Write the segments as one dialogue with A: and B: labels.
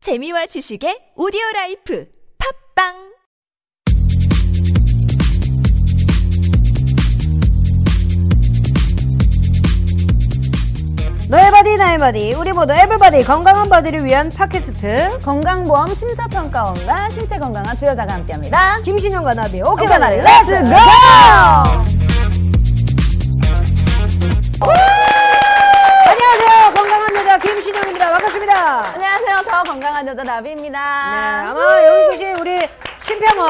A: 재미와 지식의 오디오 라이프 팝빵
B: 너의 바디 나의 바디 우리 모두 에브바디 건강한 바디를 위한 팟캐스트
C: 건강보험 심사평가원과 신체 건강한 두 여자가 함께합니다.
B: 김신영과 나비 오케이
C: 오케이,
B: 바디
C: 바디,
B: 렛츠
C: 렛츠
B: 고! 안녕하세요 건강한 여자 김신영입니다 반갑습니다
C: 안녕하세요. 저 건강한 여자
B: 네,
C: 나비입니다.
B: 아마 여기 계신 우리 심평원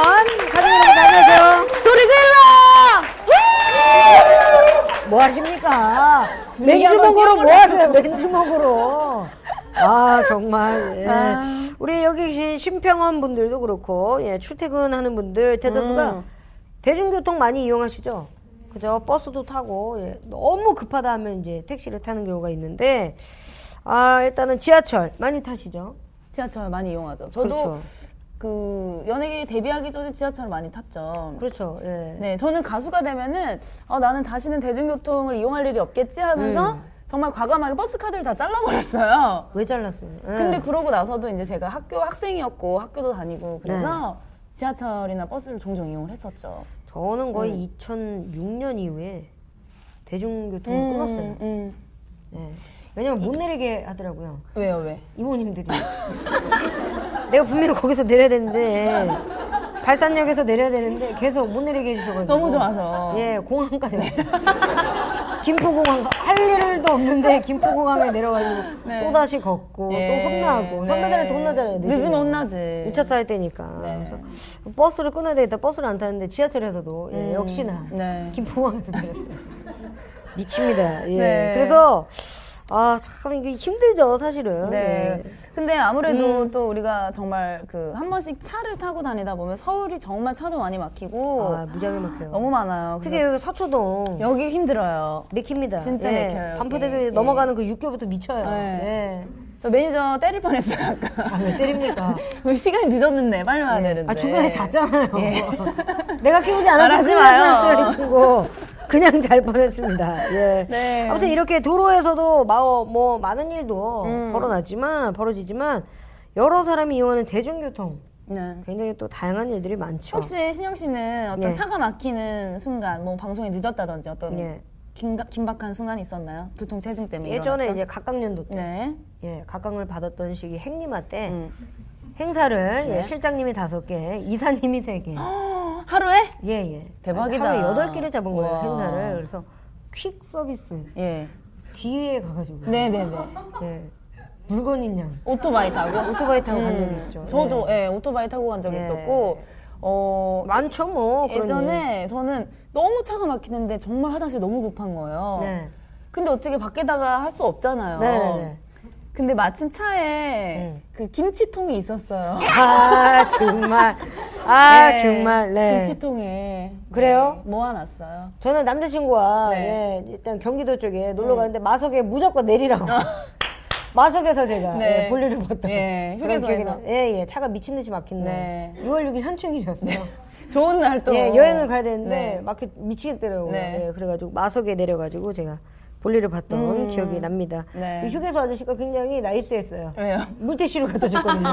B: 가족 여러분 안녕하세요
C: 소리 질러!
B: 뭐 하십니까
C: 분위기
B: 맥주
C: 한번
B: 먹으러 뭐
C: 띄워보려고.
B: 하세요 맥주 먹으러 아 정말 예.
C: 아.
B: 우리 여기 계신 심평원 분들도 그렇고 예, 출퇴근하는 분들 대다수가
C: 음.
B: 대중교통 많이 이용하시죠 그죠 버스도 타고 예. 너무 급하다 하면 이제 택시를 타는 경우가 있는데 아 일단은 지하철 많이 타시죠
C: 지하철 많이 이용하죠. 저도
B: 그렇죠.
C: 그 연예계 데뷔하기 전에 지하철 많이 탔죠.
B: 그렇죠 예.
C: 네, 저는 가수가 되면은 어, 나는 다시는 대중교통을 이용할 일이 없겠지 하면서
B: 음.
C: 정말 과감하게 버스 카드를 다 잘라버렸어요.
B: 왜 잘랐어요 예.
C: 근데 그러고 나서도 이제 제가 학교 학생이었고 학교도 다니고 그래서
B: 네.
C: 지하철이나 버스를 종종 이용을 했었죠.
B: 저는 거의
C: 음.
B: 2006년 이후에 대중교통을
C: 뭐
B: 끊었어요
C: 음.
B: 예. 왜냐면 못 내리게 하더라고요
C: 왜요, 왜?
B: 이모님들이. 내가 분명히 거기서 내려야 되는데 예. 발산역에서 내려야 되는데 계속 못 내리게 해주셔가지고
C: 너무 좋아서.
B: 예 공항까지 왔어요. 김포공항 할 일도 없는데 김포공항에 내려가지고
C: 네.
B: 또 다시 걷고
C: 예.
B: 어, 또 혼나고
C: 네.
B: 선배들한테 혼나잖아요.
C: 늦으면 혼나지.
B: 2차 싸울 때니까.
C: 네.
B: 그래서 버스를 끊어야 되겠다. 버스를 안 타는데 지하철에서도 예, 역시나
C: 네.
B: 김포공항에서 내렸어요. 미칩니다. 예.
C: 네.
B: 그래서 아 참 이게 힘들죠 사실은.
C: 네.
B: 예.
C: 근데 아무래도
B: 음.
C: 또 우리가 정말 그 한 번씩 차를 타고 다니다 보면 서울이 정말 차도 많이 막히고
B: 아, 무지하게 막혀요.
C: 너무 많아요.
B: 특히 여기 사초동
C: 그래서 여기 힘들어요.
B: 맥힙니다.
C: 진짜
B: 예.
C: 맥혀요,
B: 반포대교
C: 여기.
B: 넘어가는 그 6교부터 미쳐요.
C: 네.
B: 예.
C: 저 매니저 때릴 뻔했어요, 아까.
B: 아왜 때립니까?
C: 우리 시간이 늦었는데 빨리 와야 되는데. 예.
B: 아 중간에 잤잖아요. 내가 깨우지
C: 말하지
B: 않았으면 큰일
C: 마요.
B: 날 뻔했어요 이 친구. 그냥 잘 뻔했습니다. 예.
C: 네.
B: 아무튼 이렇게 도로에서도 마, 뭐 많은 일도
C: 음.
B: 벌어났지만 벌어지지만 여러 사람이 이용하는 대중교통
C: 네.
B: 굉장히 또 다양한 일들이 많죠.
C: 혹시 신영 씨는 어떤
B: 예.
C: 차가 막히는 순간, 뭐 방송에 늦었다든지 어떤
B: 예.
C: 긴가, 긴박한 순간이 있었나요? 교통 체증 때문에.
B: 예전에
C: 음, 일어났던?
B: 이제 각각년도 때
C: 네.
B: 예, 각광을 받았던 시기 행리마 때
C: 음.
B: 행사를
C: 네.
B: 예, 실장님이 다섯 개, 이사님이 세 개.
C: 어, 하루에?
B: 예, 예.
C: 대박이다.
B: 하루에 여덟 개를 잡은 거예요,
C: 우와.
B: 행사를. 그래서 퀵 서비스
C: 예.
B: 뒤에 가가지고
C: 네네네.
B: 예. 물건 있냐?
C: 오토바이 타고?
B: 오토바이 타고 간
C: 음,
B: 적이 있죠.
C: 저도 예, 오토바이 타고 간 적이
B: 예.
C: 있었고 어
B: 예. 많죠 뭐. 그런 일.
C: 예전에 저는 너무 차가 막히는데 정말 화장실 너무 급한 거예요.
B: 네.
C: 근데 어떻게 밖에다가 할 수 없잖아요.
B: 네네네.
C: 근데 마침 차에
B: 음.
C: 그 김치통이 있었어요.
B: 아 정말. 아
C: 예.
B: 정말. 네.
C: 김치통에
B: 그래요?
C: 네, 모아놨어요.
B: 저는 남자친구와
C: 네.
B: 예, 일단 경기도 쪽에 놀러 가는데 마석에 무조건 내리라고. 마석에서 제가
C: 아. 네.
B: 예, 볼일을 봤다.
C: 예, 휴게소에서.
B: 예예 차가 미친 듯이 막힌 날.
C: 네.
B: 6월 6일 현충일이었어요.
C: 좋은 날 또.
B: 예, 여행을 가야 되는데
C: 네.
B: 막히 미치겠더라고요.
C: 네.
B: 예, 그래가지고 마석에 내려가지고 제가 볼일을 봤던
C: 음.
B: 기억이 납니다.
C: 네.
B: 이 휴게소 아저씨가 굉장히 나이스했어요.
C: 왜요?
B: 물티슈로 갖다 줬거든요.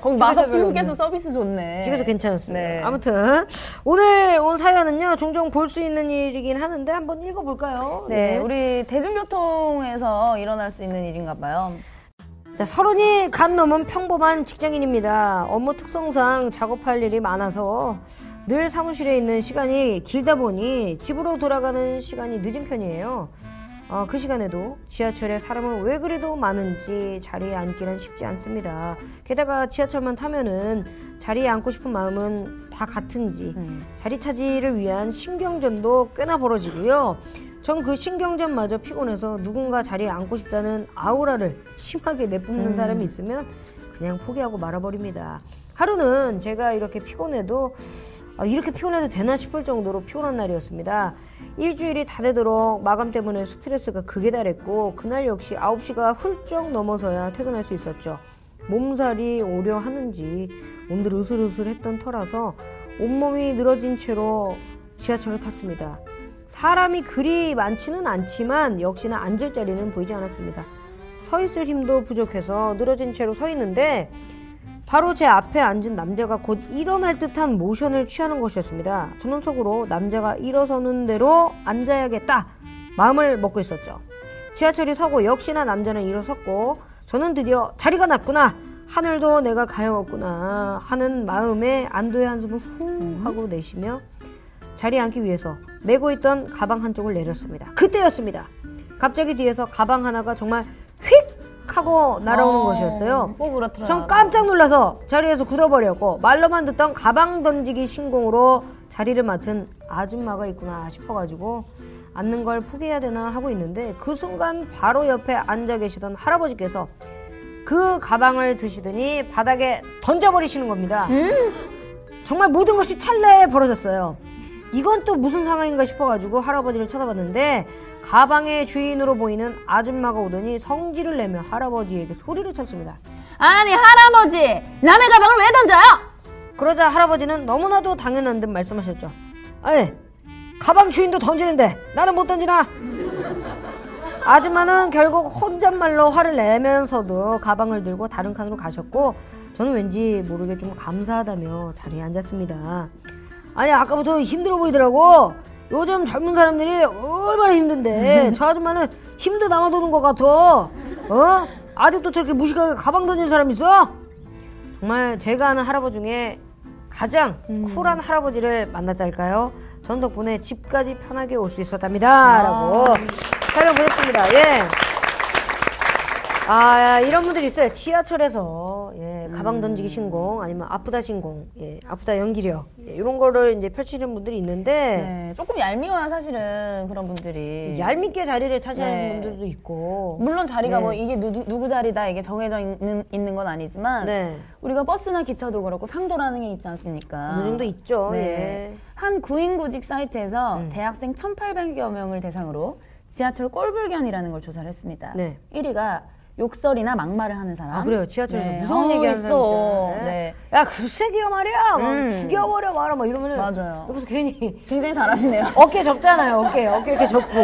C: 거기 마석시 휴게소 서비스 좋네.
B: 휴게소 괜찮았어요.
C: 네.
B: 아무튼 오늘 온 사연은요 종종 볼 수 있는 일이긴 하는데 한번 읽어볼까요?
C: 네, 우리 대중교통에서 일어날 수 있는 일인가 봐요.
B: 자, 서른이 간 넘은 평범한 직장인입니다. 업무 특성상 작업할 일이 많아서 늘 사무실에 있는 시간이 길다 보니 집으로 돌아가는 시간이 늦은 편이에요. 아, 그 시간에도 지하철에 사람은 왜 그래도 많은지 자리에 앉기는 쉽지 않습니다. 게다가 지하철만 타면은 자리에 앉고 싶은 마음은 다 같은지 자리 차지를 위한 신경전도 꽤나 벌어지고요. 전 그 신경전마저 피곤해서 누군가 자리에 앉고 싶다는 아우라를 심하게 내뿜는 사람이 있으면 그냥 포기하고 말아버립니다. 하루는 제가 이렇게 피곤해도 아, 이렇게 피곤해도 되나 싶을 정도로 피곤한 날이었습니다. 일주일이 다 되도록 마감 때문에 스트레스가 극에 달했고 그날 역시 9시가 훌쩍 넘어서야 퇴근할 수 있었죠. 몸살이 오려 하는지 몸들 으슬으슬했던 터라서 온몸이 늘어진 채로 지하철을 탔습니다. 사람이 그리 많지는 않지만 역시나 앉을 자리는 보이지 않았습니다. 서 있을 힘도 부족해서 늘어진 채로 서 있는데 바로 제 앞에 앉은 남자가 곧 일어날 듯한 모션을 취하는 것이었습니다. 저는 속으로 남자가 일어서는 대로 앉아야겠다 마음을 먹고 있었죠. 지하철이 서고 역시나 남자는 일어섰고 저는 드디어 자리가 났구나 하늘도 내가 가여웠구나 하는 마음에 안도의 한숨을 후 하고 내쉬며 자리에 앉기 위해서 메고 있던 가방 한쪽을 내렸습니다. 그때였습니다. 갑자기 뒤에서 가방 하나가 정말 휙 하고 날아오는 것이었어요.
D: 꼭 그렇더라.
B: 전 깜짝 놀라서 자리에서 굳어버렸고 말로만 듣던 가방 던지기 신공으로 자리를 맡은 아줌마가 있구나 싶어가지고 앉는 걸 포기해야 되나 하고 있는데 그 순간 바로 옆에 앉아 계시던 할아버지께서 그 가방을 드시더니 바닥에 던져버리시는 겁니다.
D: 음?
B: 정말 모든 것이 찰나에 벌어졌어요. 이건 또 무슨 상황인가 싶어가지고 할아버지를 쳐다봤는데 가방의 주인으로 보이는 아줌마가 오더니 성질을 내며 할아버지에게 소리를 쳤습니다.
D: 아니 할아버지 남의 가방을 왜 던져요?
B: 그러자 할아버지는 너무나도 당연한 듯 말씀하셨죠. 아니, 가방 주인도 던지는데 나는 못 던지나? 아줌마는 결국 혼잣말로 화를 내면서도 가방을 들고 다른 칸으로 가셨고 저는 왠지 모르게 좀 감사하다며 자리에 앉았습니다. 아니 아까부터 힘들어 보이더라고. 요즘 젊은 사람들이 얼마나 힘든데 저 아줌마는 힘도 남아도는 것 같아. 어? 아직도 저렇게 무식하게 가방 던지는 사람 있어? 정말 제가 아는 할아버지 중에 가장
C: 음.
B: 쿨한 할아버지를 만났달까요? 전 덕분에 집까지 편하게 올 수 있었답니다.
C: 아.
B: 라고 사연 보냈습니다. 예. 아, 이런 분들이 있어요. 지하철에서, 예, 가방
C: 음.
B: 던지기 신공, 아니면 아프다 신공, 예, 아프다 연기력, 예, 이런 거를 이제 펼치는 분들이 있는데,
C: 네, 조금 얄미워요 사실은 그런 분들이.
B: 얄밉게 자리를 차지하는
C: 네.
B: 분들도 있고,
C: 물론 자리가
B: 네.
C: 뭐 이게 누, 누- 누구 자리다 이게 정해져 있는, 있는 건 아니지만
B: 네.
C: 우리가 버스나 기차도 그렇고 상도라는 게 있지 않습니까?
B: 어느 정도 있죠.
C: 네.
B: 예. 음.
C: 한 구인구직 사이트에서 대학생 1,800여 명을 대상으로 지하철 꼴불견이라는 걸 조사를 했습니다.
B: 네.
C: 1위가 욕설이나 막말을 하는 사람.
B: 아, 그래요. 지하철에서
C: 네.
B: 무서운
C: 어,
B: 얘기 하는 사람
C: 있어.
B: 있잖아요.
C: 네.
B: 야, 글쎄기야 말이야. 막
C: 음.
B: 죽여버려 말아. 막 이러면은.
C: 맞아요.
B: 여기서 괜히
C: 굉장히 잘하시네요.
B: 어깨 접잖아요. 어깨. 어깨 이렇게 접고.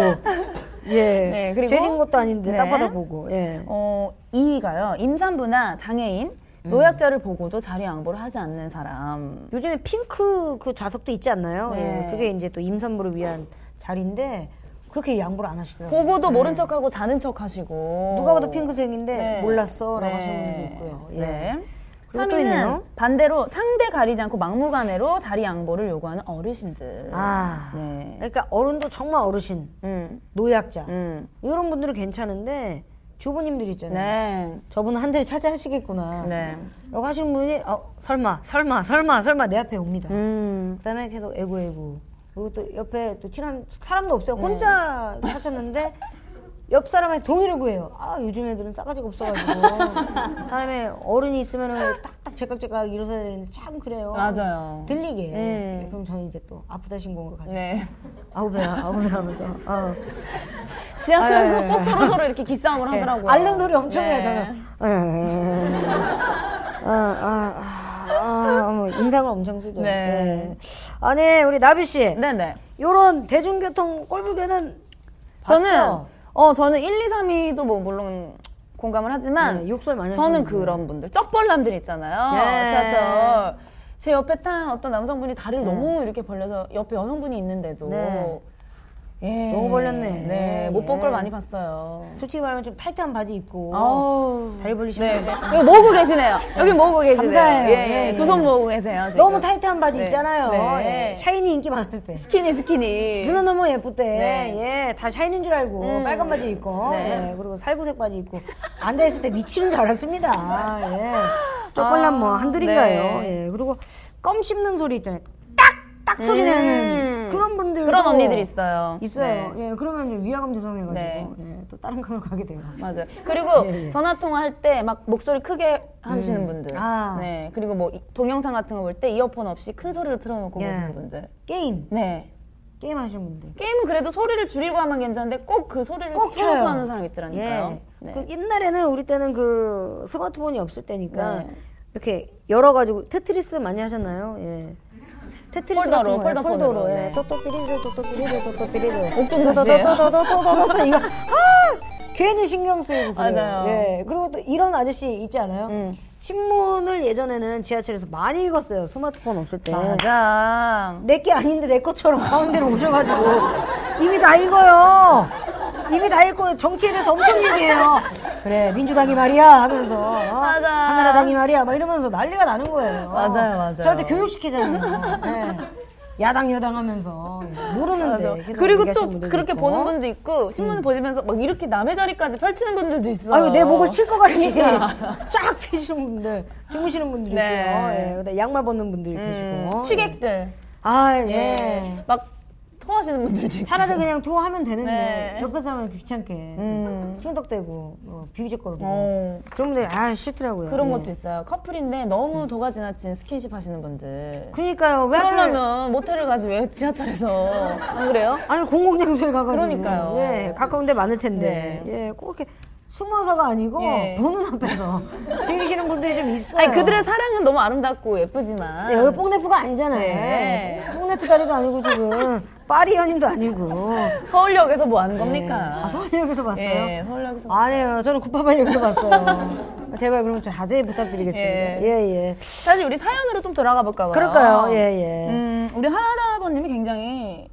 B: 예.
C: 네, 그리고-
B: 죄진 것도 아닌데
C: 네.
B: 딱 받아보고. 예.
C: 어, 2위가요. 임산부나 장애인,
B: 음.
C: 노약자를 보고도 자리 양보를 하지 않는 사람.
B: 요즘에 핑크 그 좌석도 있지 않나요?
C: 네.
B: 예. 그게 이제 또 임산부를 위한 자리인데 그렇게 양보를 안 하시더라고요.
C: 보고도 모른 척하고 자는 척하시고.
B: 네. 누가 봐도 핑크색인데
C: 네.
B: 몰랐어라고
C: 네.
B: 하시는 분도 있고요. 예.
C: 네.
B: 그리고 또
C: 3위는
B: 있네요.
C: 반대로 상대 가리지 않고 막무가내로 자리 양보를 요구하는 어르신들.
B: 아.
C: 네.
B: 그러니까 어른도 정말 어르신,
C: 음,
B: 노약자
C: 음.
B: 이런 분들은 괜찮은데 주부님들 있잖아요.
C: 네.
B: 저분 한 자리 차지하시겠구나.
C: 네.
B: 라고 하시는 분이 어, 설마 설마 설마 설마 내 앞에 옵니다.
C: 음.
B: 그다음에 계속 에구 에구. 그리고 또 옆에 또 친한 사람도 없어요.
C: 네.
B: 혼자 사셨는데 옆 사람의 동의를 구해요. 아 요즘 애들은 싸가지가 없어가지고 사람의 어른이 있으면은 딱딱 제깍제깍 일어서야 되는데 참 그래요.
C: 맞아요.
B: 들리게.
C: 음.
B: 그럼 저는 이제 또 아프다 신공으로 가죠.
C: 네.
B: 아우 배야 아우 배 하면서. 어.
C: 지하철에서
B: 아, 네,
C: 꼭 서로 서로 이렇게 기싸움을 하더라고요.
B: 앓는 소리 엄청 해요,
C: 네.
B: 저는. 아, 아, 아, 아, 뭐 인상을 엄청 쓰죠.
C: 네.
B: 네. 아, 네, 우리 나비 씨.
C: 네네.
B: 아, 요런 대중교통 꼴불견은
C: 저는
B: 봤죠?
C: 어 저는 1, 2, 3위도 뭐 물론 공감을 하지만
B: 네, 욕설 많이
C: 저는
B: 하시는 분들.
C: 그런 분들 쩍벌남들 있잖아요.
B: 예.
C: 지하철 제 옆에 탄 어떤 남성분이 다리를 너무 이렇게 벌려서 옆에 여성분이 있는데도
B: 음. 네.
C: 예.
B: 너무 벌렸네.
C: 네, 못 볼
B: 예.
C: 걸 많이 봤어요.
B: 솔직히 말하면 좀 타이트한 바지 입고
C: 아우.
B: 다리 벌리시면
C: 어. 네, 네. 여기 모으고 계시네요. 여기 모으고 계시네요.
B: 감사해요.
C: 예, 예.
B: 예,
C: 두
B: 예.
C: 손 모으고 계세요. 지금.
B: 너무 타이트한 바지
C: 네.
B: 있잖아요.
C: 네.
B: 예, 샤이니 인기 많았을 때.
C: 스키니 스키니.
B: 눈은 너무 예쁠 때,
C: 네.
B: 예, 다 샤이니인 줄 알고,
C: 음.
B: 빨간 바지 입고,
C: 네.
B: 예, 그리고 살구색 바지 입고, 앉아있을 때 미치는 줄 알았습니다. 예. 쪼꼴란 뭐, 한둘인가요?
C: 아, 네.
B: 예, 그리고 껌 씹는 소리 있잖아요. 딱! 딱 소리
C: 음.
B: 내는 그런 분들.
C: 그런 언니들이 있어요.
B: 있어요.
C: 네.
B: 예, 그러면 좀 위화감 조성해가지고,
C: 네.
B: 예, 또 다른 칸으로 가게 돼요.
C: 맞아요. 그리고
B: 예, 예.
C: 전화 통화할 때 막 목소리 크게 하시는 분들.
B: 아.
C: 네. 그리고 뭐 이- 동영상 같은 거 볼 때 이어폰 없이 큰 소리로 틀어놓고
B: 예.
C: 보시는 분들.
B: 게임.
C: 네.
B: 게임 하시는 분들.
C: 게임은 그래도 소리를 줄이고 하면 괜찮은데 꼭 그 소리를
B: 꼭
C: 켜놓고
B: 켜요.
C: 하는 사람이 있더라니까요. 네.
B: 그 옛날에는 우리 때는 그 스마트폰이 없을 때니까
C: 네.
B: 이렇게 열어가지고 테트리스 많이 하셨나요? 예. 테트리스
C: 폴더로,
B: 같은 거예요.
C: 폴더폰으로,
B: 폴더로
C: 네.
B: 예. 똑똑 띠리르 똑똑 띠리르 똑똑 띠리르
C: 옥동자 씨예요.
B: 똑똑, 똑똑, 똑똑, 똑똑, 이거 아 괜히 신경 쓰이고 그래요.
C: 맞아요.
B: 예. 그리고 또 이런 아저씨 있지 않아요? 신문을 예전에는 지하철에서 많이 읽었어요. 스마트폰 없을 때.
C: 맞아.
B: 내 게 아닌데 내 것처럼 가운데로 오셔가지고 이미 다 읽어요. 이미 다 읽고 정치에 대해서 엄청 얘기해요. 그래 민주당이 말이야 하면서 어?
C: 맞아.
B: 한나라당이 말이야 막 이러면서 난리가 나는 거예요.
C: 맞아요, 맞아요.
B: 저한테 교육시키잖아요. 네. 야당 여당 하면서 모르는데
C: 맞아.
B: 네, 계속
C: 그리고
B: 얘기하시는
C: 또
B: 분들도
C: 그렇게
B: 있고. 음.
C: 보는 분도 있고 신문 보시면서 막 이렇게 남의 자리까지 펼치는 분들도 있어요. 그러니까.
B: 아유 내 목을 칠 것 같이 쫙 펴시는 분들 주무시는 분들이
C: 네.
B: 있고요. 예, 그다음에 양말 벗는 분들이 계시고
C: 음. 취객들.
B: 아 예.
C: 예. 막 통하시는 분들도 있고.
B: 차라리 그냥 토하면 되는데
C: 네. 음.
B: 옆에 사람은 귀찮게 칭덕대고 뭐 비비적거리고
C: 어.
B: 그런 분들이 아 싫더라고요.
C: 그런
B: 예.
C: 것도 있어요. 커플인데 너무
B: 음.
C: 도가 지나친 스킨십 하시는 분들.
B: 그러니까요. 왜 하필-
C: 그러려면 모텔을 가지 왜 지하철에서 안 그래요?
B: 아니 공공장소에 가가지고
C: 그러니까요. 네.
B: 예 가까운데 많을 텐데 예 꼭 이렇게 숨어서가 아니고
C: 예.
B: 보는 앞에서 즐기시는 분들이 좀 있어요.
C: 아니 그들의 사랑은 너무 아름답고 예쁘지만
B: 네, 여기 뽕네프가 아니잖아요.
C: 네.
B: 뽕네프 다리도 아니고 지금 파리 연인도 아니고
C: 서울역에서 뭐 하는 겁니까?
B: 아, 서울역에서 봤어요.
C: 예, 서울역에서
B: 아니에요. 저는 구파발역에서 봤어요. 제발 그럼 좀 자제 부탁드리겠습니다.
C: 예.
B: 예, 예.
C: 사실 우리 사연으로 좀 돌아가 볼까 봐요.
B: 그럴까요? 예, 예.
C: 음, 우리 할아버님이 굉장히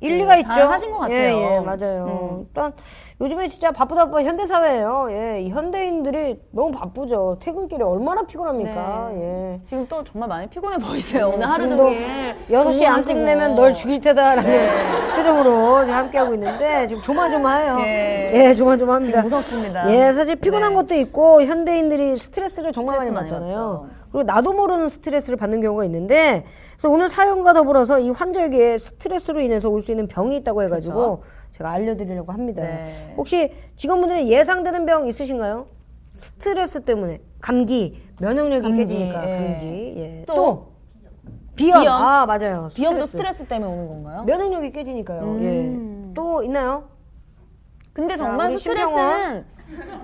B: 일리가
C: 예,
B: 있죠.
C: 잘 하신 것 같아요. 음.
B: 예, 예, 맞아요. 일단 요즘에 진짜 바쁘다 바빠 현대 사회예요. 예, 이 현대인들이 너무 바쁘죠. 퇴근길에 얼마나 피곤합니까? 예.
C: 지금 또 정말 많이 피곤해 보이세요. 네. 오늘 하루
B: 네, 지금도 뭐
C: 종일 네.
B: 6시 안
C: 공부하시고.
B: 끝내면 널 죽일 테다라는 표정으로 지금 함께하고 있는데 지금 조마조마해요.
C: 예.
B: 예, 조마조마합니다.
C: 지금 무섭습니다.
B: 예, 사실 피곤한 것도 있고 현대인들이 스트레스를 정말 많이
C: 네. 스트레스 많이
B: 받잖아요.
C: 받죠.
B: 그리고 나도 모르는 스트레스를 받는 경우가 있는데 그래서 오늘 사연과 더불어서 이 환절기에 스트레스로 인해서 올 수 있는 병이 있다고 해가지고 제가 알려드리려고 합니다.
C: 네.
B: 혹시 직원분들은 예상되는 병 있으신가요? 스트레스 때문에 감기, 면역력이
C: 감기,
B: 깨지니까
C: 예.
B: 감기. 예.
C: 또,
B: 비염.
C: 비염.
B: 아 맞아요.
C: 비염도 스트레스 때문에 오는 건가요? 음.
B: 면역력이 깨지니까요. 예. 또 있나요?
C: 근데 정말
B: 우리
C: 스트레스는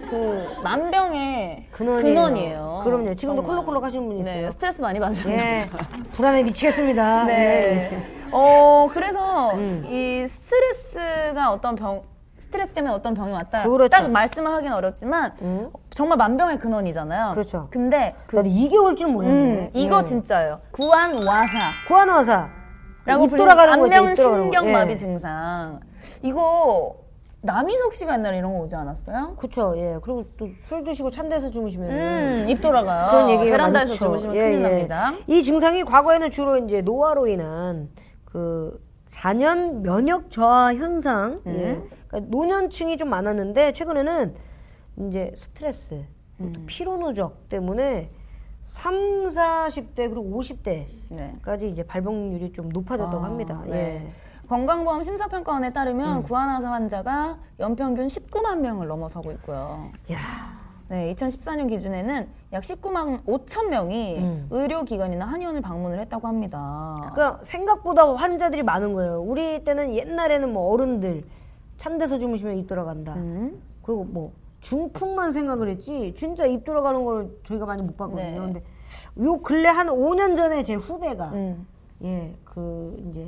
C: 그 만병의
B: 근원이에요.
C: 근원이에요.
B: 그럼요. 지금도
C: 정말.
B: 콜록콜록 하시는 분이
C: 네,
B: 있어요.
C: 스트레스 많이 받으셨나요?
B: 예. 불안해 미치겠습니다.
C: 네.
B: 예. 음.
C: 어, 그래서 이 스트레스가 어떤 병, 스트레스 때문에 어떤 병이 왔다.
B: 그렇죠. 음.
C: 딱 말씀을 하긴 어렵지만, 정말 만병의 근원이잖아요.
B: 그렇죠.
C: 근데, 그,
B: 나도 이게 올 줄
C: 음,
B: 몰랐네.
C: 이거 진짜예요. 구안와사.
B: 구한화사.
C: 라고
B: 입
C: 불리는
B: 돌아가는 거 있죠,
C: 안면
B: 입 돌아가는 거.
C: 신경마비
B: 예.
C: 증상. 이거, 남희석 씨가 옛날에 이런 거 오지 않았어요?
B: 그쵸, 예. 그리고 또 술 드시고 찬 데서 주무시면.
C: 음, 입 돌아가요.
B: 그런 얘기가
C: 베란다에서
B: 많죠.
C: 주무시면
B: 예,
C: 큰일
B: 예.
C: 납니다.
B: 이 증상이 과거에는 주로 이제 노화로 인한 그 자년 면역 저하 현상,
C: 음.
B: 예. 그러니까 노년층이 좀 많았는데 최근에는 이제 스트레스, 그리고
C: 음.
B: 또 피로 누적 때문에 3, 40대 그리고 50대까지
C: 네.
B: 이제 발병률이 좀 높아졌다고 합니다.
C: 네.
B: 예.
C: 건강보험 심사평가원에
B: 음.
C: 따르면 구안화사 환자가 연평균 19만 명을 넘어서고 있고요.
B: 예. 야.
C: 네, 2014년 기준에는 약 19만 5천 명이
B: 음.
C: 의료기관이나 한의원을 방문을 했다고 합니다.
B: 그러니까 생각보다 환자들이 많은 거예요. 우리 때는 옛날에는 뭐 어른들 찬 데서 주무시면 입 돌아간다.
C: 음.
B: 그리고 뭐 중풍만 생각을 했지 진짜 입 돌아가는 걸 저희가 많이 못 봤거든요.
C: 네.
B: 근데 요 근래 한 5년 전에 제 후배가
C: 음.
B: 예 그 이제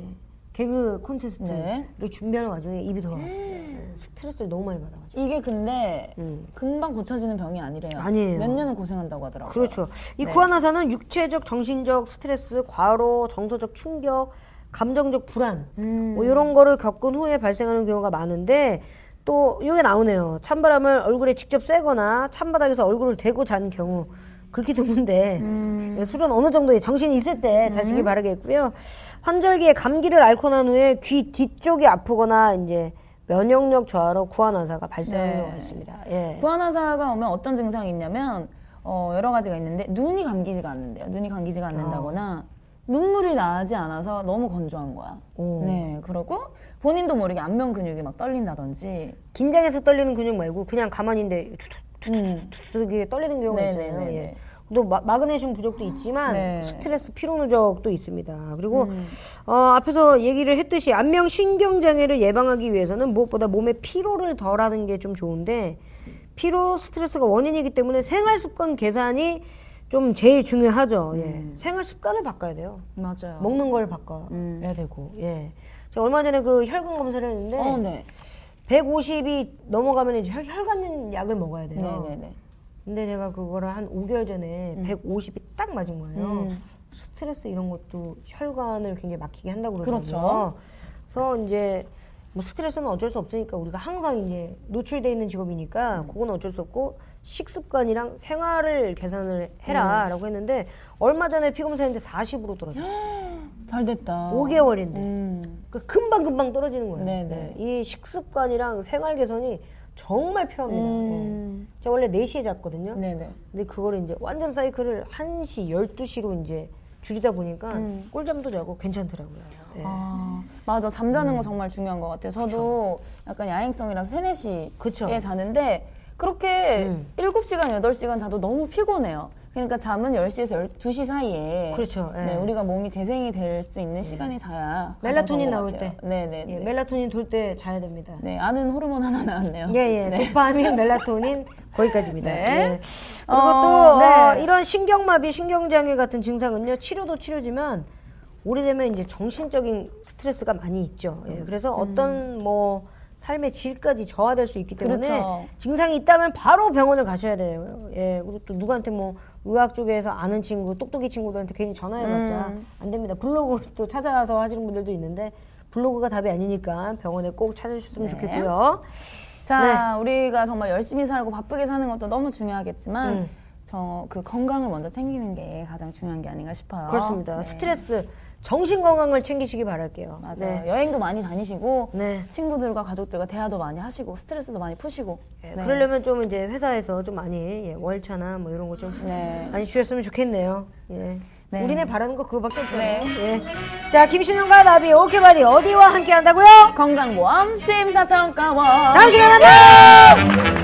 B: 개그 콘테스트를
C: 네. 음.
B: 준비하는 와중에 입이 돌아갔어요. 예, 스트레스를 너무 많이 받아가지고.
C: 이게 근데
B: 음.
C: 금방 고쳐지는 병이 아니래요.
B: 아니에요.
C: 몇 년은 고생한다고 하더라고요.
B: 그렇죠. 이
C: 네.
B: 구안화사는 육체적, 정신적 스트레스, 과로, 정서적 충격, 감정적 불안
C: 음.
B: 뭐 이런 거를 겪은 후에 발생하는 경우가 많은데 또 이게 나오네요. 찬바람을 얼굴에 직접 쐬거나 찬바닥에서 얼굴을 대고 잔 경우 극히 드문데
C: 음.
B: 예, 술은 어느 정도의 정신이 있을 때 자시기 바라겠고요. 환절기에 감기를 앓고 난 후에 귀 뒤쪽이 아프거나 이제 면역력 저하로 구안화사가 발생하는
C: 네.
B: 경우가 있습니다. 예.
C: 구안화사가 오면 어떤 증상이 있냐면 어, 여러 가지가 있는데 눈이 감기지가 않는데요. 눈이 감기지가 않는다거나 눈물이 나지 않아서 너무 건조한 거야.
B: 오.
C: 네, 그러고 본인도 모르게 안면 근육이 막 떨린다든지.
B: 긴장해서 떨리는 근육 말고 그냥 가만히 있는데 두둑이 떨리는 경우가
C: 네네네네.
B: 있잖아요. 예. 또 마, 마그네슘 부족도 있지만
C: 네.
B: 스트레스 피로 누적도 있습니다. 그리고 어, 앞에서 얘기를 했듯이 안면 신경 장애를 예방하기 위해서는 무엇보다 몸의 피로를 덜하는 게 좀 좋은데 피로 스트레스가 원인이기 때문에 생활 습관 개선이 좀 제일 중요하죠. 예. 생활 습관을 바꿔야 돼요.
C: 맞아요.
B: 먹는 걸 바꿔야 되고. 예. 제가 얼마 전에 그 혈관 검사를 했는데
C: 어, 네.
B: 150이 넘어가면 이제 혈, 관 약을 먹어야 돼요.
C: 네네네.
B: 근데 제가 그거를 한 5개월 전에 150이 딱 맞은 거예요.
C: 음.
B: 스트레스 이런 것도 혈관을 굉장히 막히게 한다고
C: 그렇죠.
B: 그러거든요. 그래서 이제 뭐 스트레스는 어쩔 수 없으니까 우리가 항상 이제 노출돼 있는
C: 음.
B: 직업이니까 그건 어쩔 수 없고 식습관이랑 생활을 계산을
C: 음.
B: 해라라고 했는데 얼마 전에 피 검사했는데 40으로 떨어졌어요.
C: 잘 됐다.
B: 5개월인데.
C: 음.
B: 그 금방 금방 떨어지는 거예요.
C: 네네.
B: 네. 이 식습관이랑 생활 개선이 정말 필요합니다.
C: 음.
B: 네. 제가 원래 4시에 잤거든요.
C: 네네.
B: 근데 그거를 이제 완전 사이클을 1시, 12시로 이제 줄이다 보니까 꿀잠도 자고 괜찮더라고요. 네.
C: 음. 아, 맞아. 잠자는 거 정말 중요한 것 같아요. 저도 약간 야행성이라서 3, 4시에
B: 그쵸.
C: 예, 자는데 그렇게
B: 음.
C: 7시간, 8시간 자도 너무 피곤해요. 그러니까 잠은 10시에서 12시 사이에
B: 그렇죠. 예.
C: 네, 우리가 몸이 재생이 될 수 있는 시간에 자야 가장 좋은
B: 멜라토닌
C: 것
B: 나올
C: 같아요. 네네.
B: 예,
C: 네.
B: 멜라토닌 돌 때 자야 됩니다.
C: 네, 아는 호르몬 하나 나왔네요.
B: 예, 예. 도파민, 멜라토닌, 거기까지입니다.
C: 네.
B: 예. 그리고
C: 어,
B: 또, 어,
C: 네.
B: 이런 신경마비, 신경장애 같은 증상은요, 치료도 치료지만, 오래되면 이제 정신적인 스트레스가 많이 있죠.
C: 음.
B: 예, 그래서 어떤 뭐, 삶의 질까지 저하될 수 있기 때문에
C: 그렇죠.
B: 증상이 있다면 바로 병원을 가셔야 돼요. 예, 그리고 또 누구한테 뭐 의학 쪽에서 아는 친구, 똑똑이 친구들한테 괜히 전화해봤자
C: 음.
B: 안 됩니다. 블로그 또 찾아와서 하시는 분들도 있는데 블로그가 답이 아니니까 병원에 꼭 찾아주셨으면
C: 네.
B: 좋겠고요.
C: 자,
B: 네.
C: 우리가 정말 열심히 살고 바쁘게 사는 것도 너무 중요하겠지만
B: 음.
C: 저 그 건강을 먼저 챙기는 게 가장 중요한 게 아닌가 싶어요.
B: 그렇습니다.
C: 네.
B: 스트레스, 정신 건강을 챙기시기 바랄게요.
C: 맞아요.
B: 네.
C: 여행도 많이 다니시고
B: 네.
C: 친구들과 가족들과 대화도 많이 하시고 스트레스도 많이 푸시고.
B: 예,
C: 네.
B: 그러려면 좀 이제 회사에서 좀 많이 예, 월차나 뭐 이런 거 좀
C: 네.
B: 많이 주셨으면 좋겠네요. 예.
C: 네.
B: 우리네 바라는 거 그거밖에 없잖아요.
C: 네.
B: 예. 자, 김신영과 나비, 오케바디 어디와 함께 한다고요?
C: 건강보험 심사평가원.
B: 다음 시간에 만나요!